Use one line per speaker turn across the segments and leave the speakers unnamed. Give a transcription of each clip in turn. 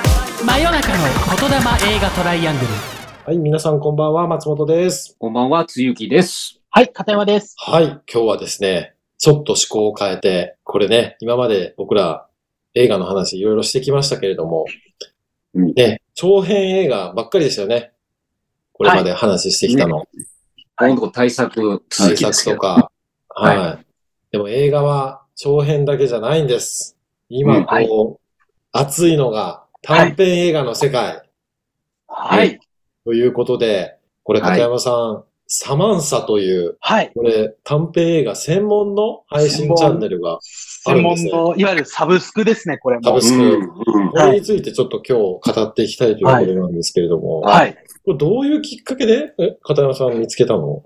の中の言霊映画トライアングル。
はい、皆さんこんばんは、松本です。
こんばんは、つゆきです。
はい、片山です。
はい、今日はですね、ちょっと思考を変えて、これね、今まで僕ら映画の話いろいろしてきましたけれども、
うん
ね、長編映画ばっかりですよね。これまで話してきたの。
今度対策続
対
きで
策
すけ
と
ど。
か。は、
はいい
でも映画は長編だけじゃないんです。今、
うん
こう、
はい
熱いのが短編映画の世界。
はい。
ということで、これ、
はい
片山さん、サマンサという、
はい。
これ、短編映画専門の配信チャンネルが、ある
専
んで
門
すね
の、いわゆるサブスクですね、これ
サブ
も
ス。
うん、うん。
これについてちょっと今日語っていきたいということなんですけれども、
はい。
これどういうきっかけで、え片山さん見つけたの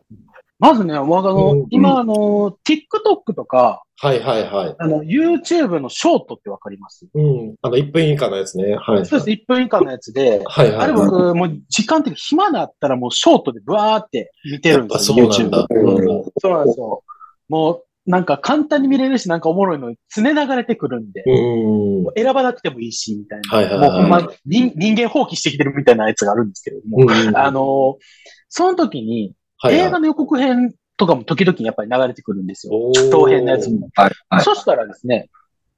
まずね、我が
うんう
の
ん、
今、あの、TikTok とか、
はいはいはい。
あの、YouTube のショートってわかります
うん。あの、1分以下のやつね。はい。
そうです、1分以下のやつで、
はいは
あ
い
れ
は
僕、もう時間的に暇だったらもうショートでブワーって見
い。
て
や
る
っ
ん
ぱ
です
そ
よ、
うなんだ
YouTube。。
うん
そうなんですよ。もう、なんか簡単に見れるし、なんかおもろいの常流れてくるんで、
うん。
もう選ばなくてもいいし、みたいな。
はいはい
もうほん
は
ま、人人間放棄してきてるみたいなやつがあるんですけれども
い。、うん
あ、の、その時に、
はいはい
映画の予告編とかも時々やっぱり流れてくるんですよ。
おー
長編のやつも。
はい、はい。
そしたらですね、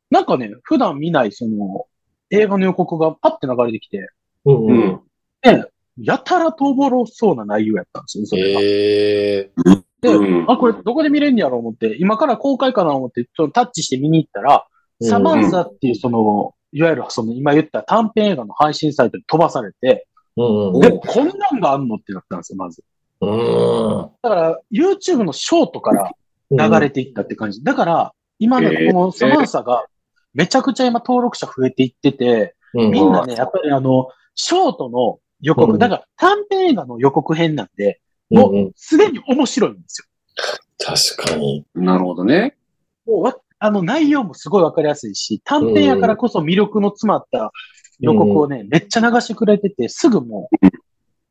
なんかね、普段見ないその映画の予告がパッて流れてきて、
うん
う
うん。
ん。
やたらとおぼろそうな内容やったんですよ、それが。
え
で
うん
あ、これどこで見れるんやろう思って、今から公開かな思って、ちょっとタッチして見に行ったら、
うん
サマンサっていうその、いわゆるその今言った短編映画の配信サイトに飛ばされて、
ー。うん
で、こんなんがあんのってなったんですよ、まず。
うん。
だから、YouTube のショートから
うん。
流れていったって感じ。だから、今ね、
えー
このサマンサが、めちゃくちゃ今登録者増えていってて、
うん。
みんなね、やっぱりあの、ショートの予
うん
告、だから短編映画の予告編なんで、
うん
も
うん。
すでに面白いんです
確かに。
なるほどね。
よ。もうわ、あの、内容もすごいわかりやすいし、短編やからこそ魅力の詰まった予告をね、めっちゃ流してくれてて、すぐもう、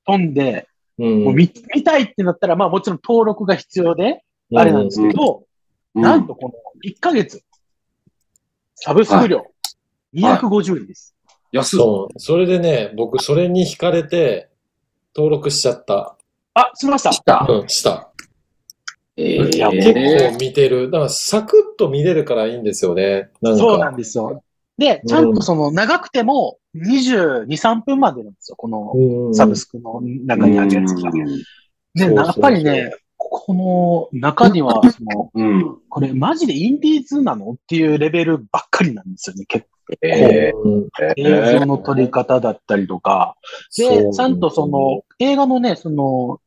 飛んで、
うん
もう見見たいってなったら、まあもちろん登録が必要で、あれなんですけど、
うん
なんとこの1ヶ月、サブスク料、250円です。
安い。
そう。それでね、僕、それに惹かれて、登録しちゃった。
あ、すみました。
来た。
うん、した。
え
いや
結
ー
構見てる。だから、サクッと見れるからいいんですよね。なんか
そうなんですよ。で
う、ん
ちゃんとその、長くても22、3分までなんですよ。この
うん
サブスクの中にあるやつが。
そう
で、
そう
やっぱりね、この中に は、その、
うんうん。
これマジでインディーズなのっていうレベルばっかりなんですよね。結構
え
うん
ー
映像の撮り方だったりとか。
そう
で、ちゃんとその、映画のね、その、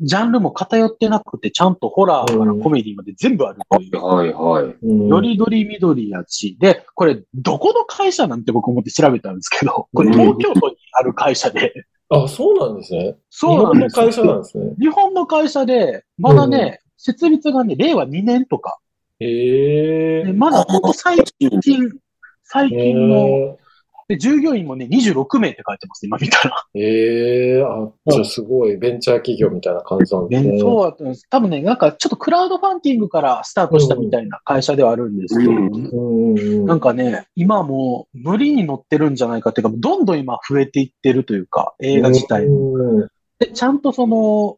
ジャンルも偏ってなくて、ちゃんとホラーからコメディまで全部あるという。
はい、はい。
うん
よりどりみどりやし、で、これ、どこの会社なんて僕思って調べたんですけど、これ、東京都にある会社で、
あ、そうなんですね。
そうなんです
日本の会社な
よ。
んですね。
日本の会社で、まだね、設立がね、令和2年とか、
へえ
で。まだほんと最近、最近の、で従業員もね、26名って書いてます、今見たら。
ええ、あ、じゃあすごい、ベンチャー企業みたいな感じなんですね。
そうだったんです。多分ね、なんかちょっとクラウドファンディングからスタートしたみたいな会社ではあるんですけど、
う
うん
ん
うん
な
うんん。
かね、今もう無理に乗ってるんじゃないかっていうか、どんどん今増えていってるというか、映画自体も。
うん
で、ちゃんとその、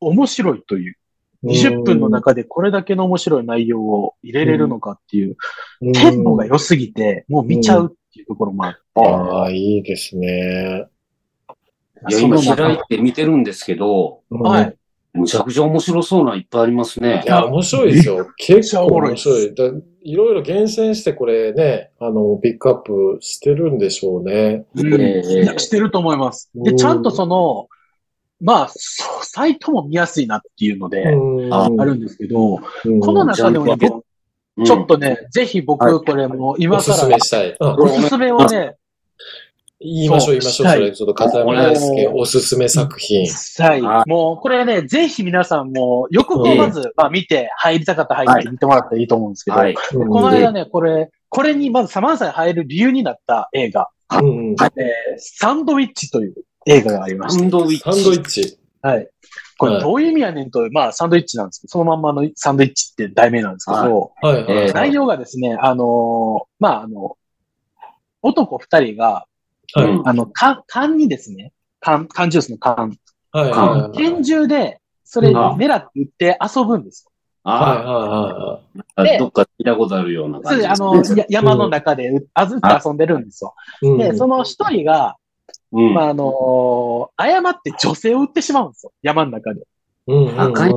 面白いという、20分の中でこれだけの面白い内容を入れれるのかっていう、
うん
テンポが良すぎて、もう見ちゃうっていうところもあって、
ああ、いいですね。
いや、
その
今
中
開いて見てるんですけど、
は
はい。
むちゃくちゃ面白そうないっぱいありますね
い。や、面白いですよ。結構
おもろい
面
です
白い。だいろいろ厳選してこれね、あの、ピックアップしてるんでしょうね。
うん
えー
いやしてると思います。
う
で、
ん
ちゃんとその、まあ、そうサイトも見やすいなっていうので、
あ
あるんですけど、
うん
この中でもね
ジャン
ちょっとね、ぜひ
は
僕これもう今
おす
か
す
ら
めしたい。うん
おすすめをね、
言いましょう、言いまし
し
ょう。
た
そ
い
れ、ちょっと片山大輔、
お
おすすめ作品。
さい
は。
もう、これね、ぜひ皆さんも、よくまず、まあ見て、入りたかったら入って見てもらったらいいと思うんですけど、
はい。
うん
この間ね、これ、これにまずサマンサに入る理由になった映画、
うんうん
は
えーサンドウィッチという映画がありまし
サンドウィッチ。
サンドイッチ。
た。はい。こ
は
れ
い
どういう意味やねんと、まあサンドイッチなんですけど、そのまんまのサンドイッチって題名なんですけど、
はいはい
え
は
ー
い。
内容がですね、あのーまああの、男二人が、
はい
うん
あの、缶、缶にですね、缶、缶ジュースの缶、
はいはいはい。
拳銃で、それ
うん
狙って撃って遊ぶんです
はい
あ
はいはいはい。
あ、
で
どっか聞いたことあるような
よ。そ
感
れで、あの
じですね。、
や山の中でう、あずって遊んでるんですよ。
うん
で、その一人が、
うん
まあ、あのー誤って女性を撃ってしまうんですよ。山の中で。
うんうんうん
赤い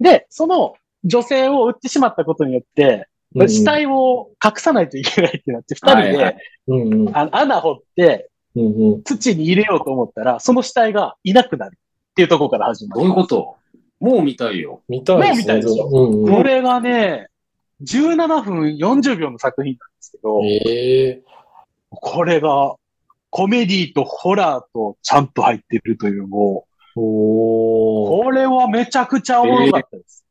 で、その女性を撃ってしまったことによって、
うん
死体を隠さないといけないってなって、二人で、
はいはい
うんうん
あの穴掘って
うんうん
土に入れようと思ったら、その死体がいなくなるっていうところから始ま
どう
る。
いうこともう見たいよ。
見たいですね。
ね見たいでしょ
うんうん
これがね、17分40秒の作品なんですけど、
ええ
これがコメディとホラーとちゃんと入ってるという、もう、
おー。
これはめちゃくちゃおもろかったです。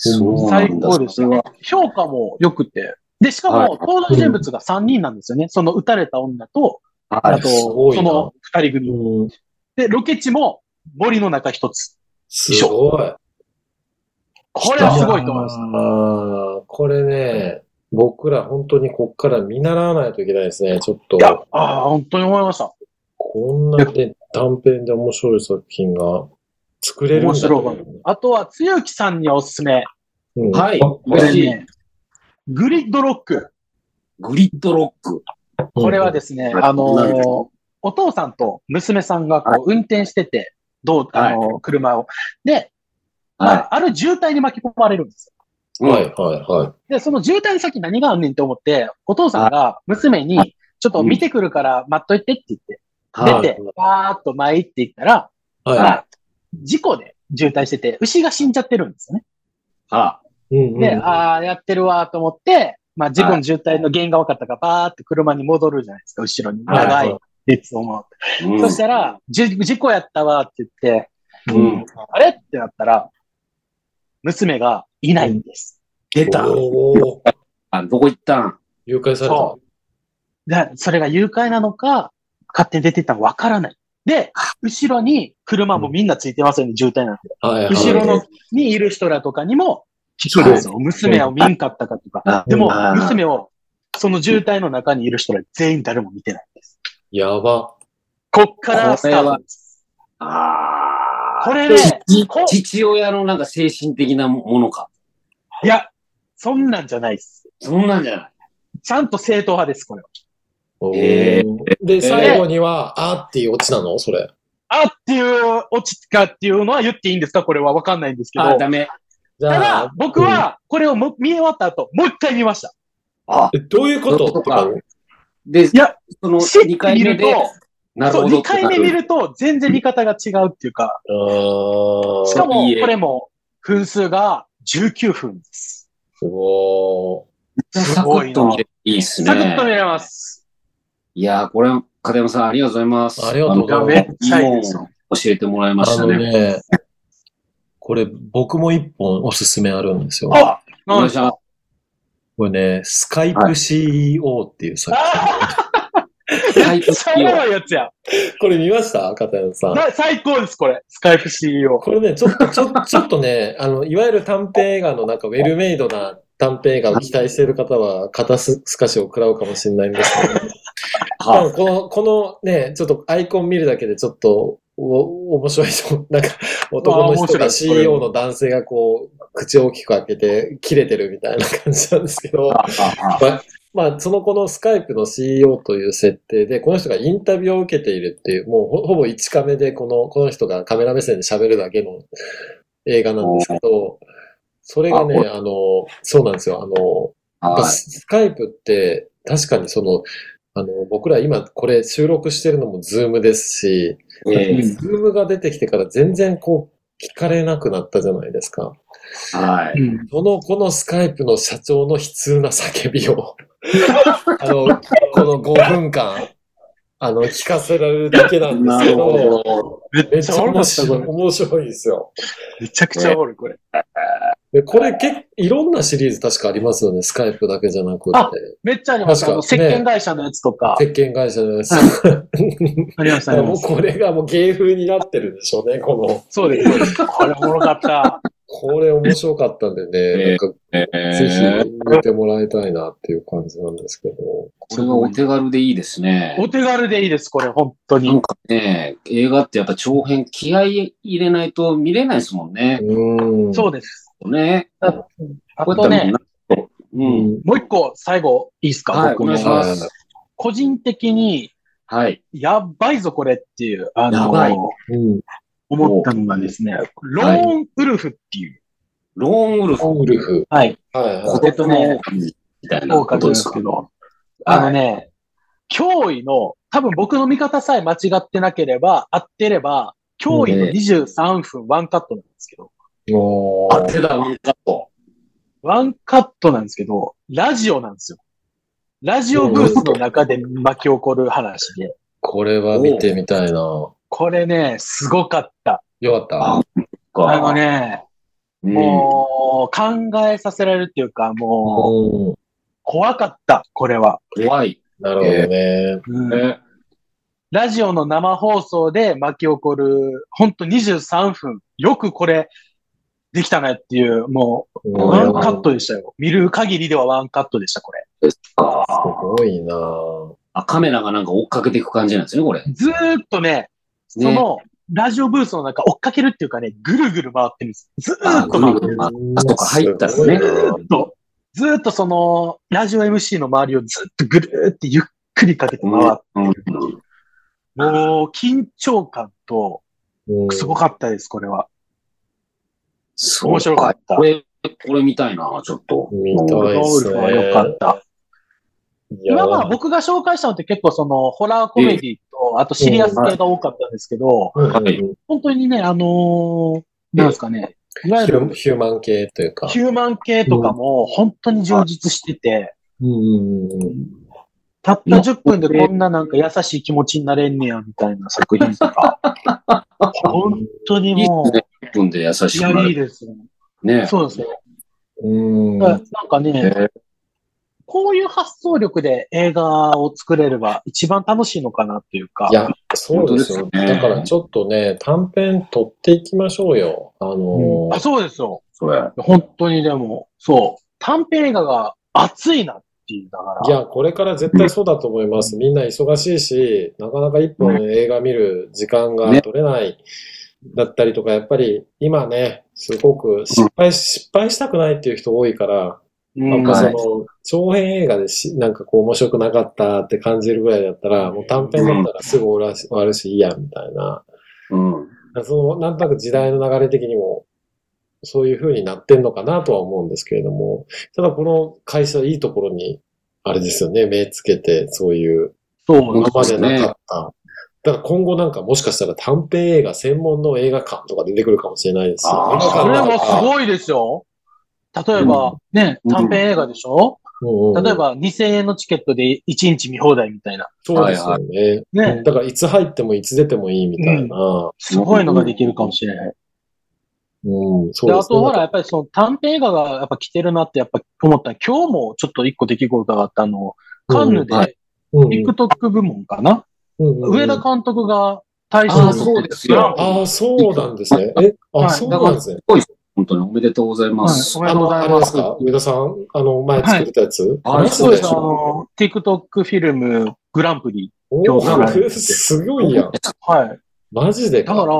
そうなんだ。
最高でした
それは
評価も良くて。で、しか
はい
も登場人物が3人なんですよね。その撃たれた女と、
は
あ
い
と、
すごい
そ
な
の2人組。
うん
で、ロケ地も森の中一つ。
すごい。
これはすごいと思います。
あーこれね、僕ら本当にこっから見習わないといけないですね。ちょっ
いや
と、、
ああ、本当に思いました。
こんなで短編で面白い作品が作れるんだ
面白い
と
わ。あとは、つゆきさんにはおすすめ。
うん
はい
あ
これ
嬉しい
ね、グリッドロック。
グリッドロック。
これはですね、
うん
あの
なるほ
ーお父さんと娘さんがこう運転してて、どう、あのー車を。で、ま
は
あ、ある渋滞に巻き込まれるんです
い。
はいはいはい。
よ。で、その渋滞の先何があんねんって思って、お父さんが娘
は
に、ちょっと見てくるから待っといてって言って、
はい
出て、バーっと前行って行ったら、
は。
事故で渋滞してて、牛が死んじゃってるんですよね。
はい
うんうん
で、ああ、やってるわと思って、まあ、事故の渋滞の原因が分かったから、バーって車に戻るじゃないですか、後ろに。
はい
長い列を回って。
い。うん
そしたら、じ事故やったわって言って、
うん。
あれってなったら、娘がいないんです。
出た。
おー
あ、どこ行ったん
誘拐された
そ。で、それが誘拐なのか、勝手に出てったのか分からない。で、後ろに車もみんなついてますよね、渋滞なんて。
はいはい。
後ろのにいる人らとかにも聞くんですよ。娘を見んかったかとか。
あ
でも
あ、
娘を、その渋滞の中にいる人ら全員誰も見てない。
やば。
こっからスタートです。
あ
これ
ー
ね、
ち
こ
父親のなんか精神的なものか。
いや、そんなんじゃないです。
そんなんじゃない。
ちゃんと正統派です、これは。
おー
え
で、最後には、あーっていうオチなのそれ。
あっていうオチかっていうのは言っていいんですかこれはわかんないんですけど。
あ、
た
ダメ。
じゃ
だ
あ、、
僕はこれをも見終わった後、もう一回見ました。
あ、
えどういうこと
どういうことと
か
か。で、い
や、
その
知って
2回目で
見ると、
なる
そう、
ほど
二
ってな
回
る。
目見ると全然見方が違うっていうか、
あー
しかも
いいえ
これも分数が19分です。
おー
サクッと見れるいいっす
サクッと見
ね。
れます。
いやー、これ、片山さん、ありがとうございます。
ありがとうございます
いやめっちゃいい
も
ですよ
教えてもらいまし
あ
た
の
ね。
ね、これ僕も一本おすすめあるんですよ。
あ
お願いします
これね、スカイプ CEO っていう作
は
め
い
っちゃおもろいやつや。
品。これ見ました片山さん。
な最高です、これ。スカイプ CEO。
これね、ちょっと、ちょちょっとね、 あの、いわゆる短編映画のなんかウェルメイドな短編映画を期待している方は、肩すすかしを食らうかもしれないんですけど、 多
は
分この、このね、ちょっとアイコン見るだけでちょっと、お、面白いと、なんか、男の
面
人
白い
が
ですこれ
CEO の男性がこう、口を大きく開けて、切れてるみたいな感じなんですけど、
あは
まあ、そのこのスカイプの CEO という設定で、この人がインタビューを受けているっていう、もうほほぼ1カメでこの、この人がカメラ目線で喋るだけの映画なんですけど、それがね、あの、そうなんですよ。あの、
あ
やっぱ
は
スカイプって、確かにその、あの、僕ら今これ収録してるのもズームですし、
い。え
ズームが出てきてから全然こう、聞かれなくなったじゃないですか。
ーはい。
うん
その、このスカイプの社長の悲痛な叫びを、あの、この5分間、あの、聞かせられるだけなんです
な
け
る
ど、
ほど。
め
めっ
っち
ちゃ
ゃおもろか
面
った、こ
白い、
れ。
面白いですよ。
めちゃくちゃおもろい、これ。
で、これ結いろんなシリーズ確かありますよね、スカイプだけじゃなく
あ
て。
めっちゃありました。あの、
確か
石
ね
鹸会社のやつとか。
鉄拳会社のやつ。
ありました、あり
も
ま
う
した。
これがもう芸風になってるんでしょうね、この。
そうです。これおもろかった。
これ面白かったんでね、なんか
え
ぜ
ー、
ひ見てもらいたいなっていう感じなんですけど。
これはお手軽でいいですね。
お手軽でいいです、これ、本当
なん
に。
かね、映画ってやっぱ長編気合い入れないと見れないですもんね。
うん。
そうです。
ね。
あとね、
う。
うんん。
もう一個、最後、いいですか、
はい
僕
お
の
願いします
個人的に、
はい。
やばいぞ、これっていう、あ
やばい
の、
うん。
思ったのがですね、ロ
はい
ーンウルフっていう、
ローンウルフ。
ウルフ。
はい、
はい
子
は
えっとね
供みたいな
効
こ
果
と
で
です
す
か
け。ど、あのね、脅威の、多分僕の見方さえ間違ってなければ、合ってれば、脅威の
うん
23分ワンカットなんですけど、
い。も
あ、手だ、ワンカット。
ワンカットなんですけど、ラジオなんですよ。ラジオブースの中で巻き起こる話で、
これは見てみたいな。よ
これね、すごかった。
かった。
あのね、
うん、
もう、考えさせられるっていうか、もう、
うん。
怖かった、これは。
怖い。
なるほどね。
ね
ラジオの生放送で巻き起こる、ほんと23分。よくこれ、できたなっていう、もう、
ん
ワン
うん
カットでしたよ。見る限りではワンカットでした、これ。
ですか。
すごいなぁ
あ、カメラがなんか追っかけていく感じなんですね、これ。
ずーっとね、そ
ね
の、ラジオブースの中追っかけるっていうかね、ぐるぐる回ってるんです。ずーっと回ってる。
ああとか入ったらね。
とずーっとその、ラジオ MC の周りをずっとぐるーってゆっくりかけて回って、
うん
もう、緊張感と、すご
か
かったです、これは。
そう
面白かった。
これ、これ見たいな、ちょっと。
見た
ロ
い
ー
で
ウ
す
ル
ね。
フは良かった。
いや
今まあ僕が紹介したのって結構そのホラーコメディと、あとシリアス系が多かったんですけど、
はい
本当にね、あのー、なんですかね、いわゆ
ヒ
る
ュヒューマン系というか。
ヒューマン系とかも本当に充実してて、
うんうんうんうん
たった10分でこんななんか優しい気持ちになれんねや、みたいな作品とか。本当に
いいで
も
す
う
ね。1分で優し
い
く
や、
ない
い
る。
ですね。
ね。
そうですね。
うん。
なんかね、
ね
こういう発想力で映画を作れれば一番楽しいのかなというか
い。や、そうですよ
本。当です
だ
ね
からちょっとね、短編撮っていきましょうよ。あの
うん
ー
あ、そうですよ。
それ。
本当にでも、そう、短編映画が熱いなっていう、だから。
いや、これから絶対そうだと思います。みんな忙しいし、なかなか一本映画見る時間が
ね
取れない、だったりとか、やっぱり今ね、すごく失敗、失敗したくないっていう人多いから、
うん、
なん
ん
かそ
は
の
い、
長編映画でし、なんかこう面白くなかったって感じるぐらいだったら、もう短編だったらすぐ終わらし終わるし、いいや、みたいな。
うん。
その、なんとなく時代の流れ的にも、そういう風になってんのかなとは思うんですけれども、ただこの会社いいところに、あれですよね、目つけて、そういう、
そう
今までなかった。だから今後なんかもしかしたら短編映画専門の映画館とか出てくるかもしれないですよ。
あー
映画
そ
館
れ
なん
も
か
すごいですよ。例えば、ね、
うん
短編映画でしょ、
うんうん
例えば2000円のチケットで1日見放題みたいな。
そうですよね。
ね、
だからいつ入ってもいつ出てもいいみたいな。
すごいのができるかもしれない。
うん、そう
で、
で
あ
すね。
とほら、やっぱりその短編映画がやっぱ来てるなってやっぱ思ったのは今日もちょっと一個出来事があったあの、カンヌ
うんは
で
うん、
TikTok 部門かな、
うんうん
上田監督が大賞
あ
を
あ、
取
そう
って
ですよ。
あ
ああ、そうなんですね。え、あ、
はい
そうなんですね。
本当におめでとうございます。
はいおめ
あ
でとうござい
の、あれで
ます
すか上田さん、あの、前作ってたやつ
はいあ
そうです。あ
あの
の、TikTok フィルムグランプリ。
お
今日
ーすごいやん。
はい。
マジで
だから、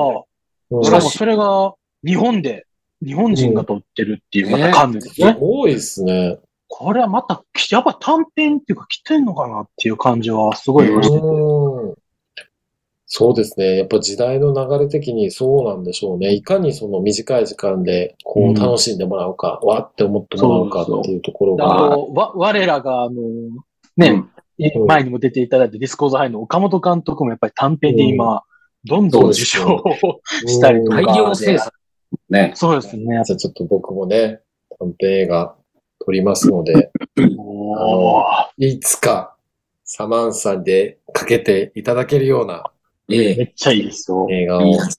うん
しかもそれが日本で、日本人が撮ってるっていう、
うん
またカンヌです
す
ね。
ごいですね。
これはまた、やっぱ短編っていうか来てんのかなっていう感じはすごいました。
うんそうですね。やっぱ時代の流れ的にそうなんでしょうね。いかにその短い時間で、
う
こ
ん
う、楽しんでもらうか、わって思ってもらうかっていうところ
であ
が。
と、わ我らが、あの、
う
ね
ん、
え
うん
前にも出ていただいたディスコーズハイの岡本監督もやっぱり短編で今、どんどん受賞をしたりと
うん
大量生産。ね。
そうですね。
じゃあちょっと僕もね、短編映画撮りますので。
おー
いつかサマンサでかけていただけるような
え
め
え。
っちゃいいですよ。
映画
いい
を
やつ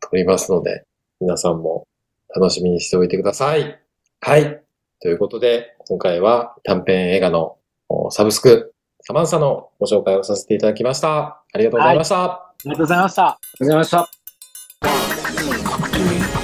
撮りますので、皆さんも楽しみにしておいてください。はい。ということで、今回は短編映画のおサブスク、サマンサのご紹介をさせていただきました。ありがとうございました。
ありがとうございました。
ありがとうございました。
「